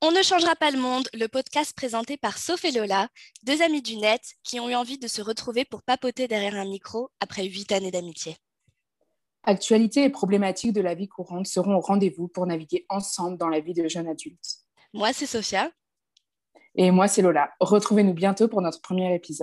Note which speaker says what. Speaker 1: On ne changera pas le monde, le podcast présenté par Soph et Lola, deux amies du net qui ont eu envie de se retrouver pour papoter derrière un micro après huit années d'amitié.
Speaker 2: Actualités et problématiques de la vie courante seront au rendez-vous pour naviguer ensemble dans la vie de jeunes adultes.
Speaker 1: Moi, c'est Sophia.
Speaker 2: Et moi, c'est Lola. Retrouvez-nous bientôt pour notre premier épisode.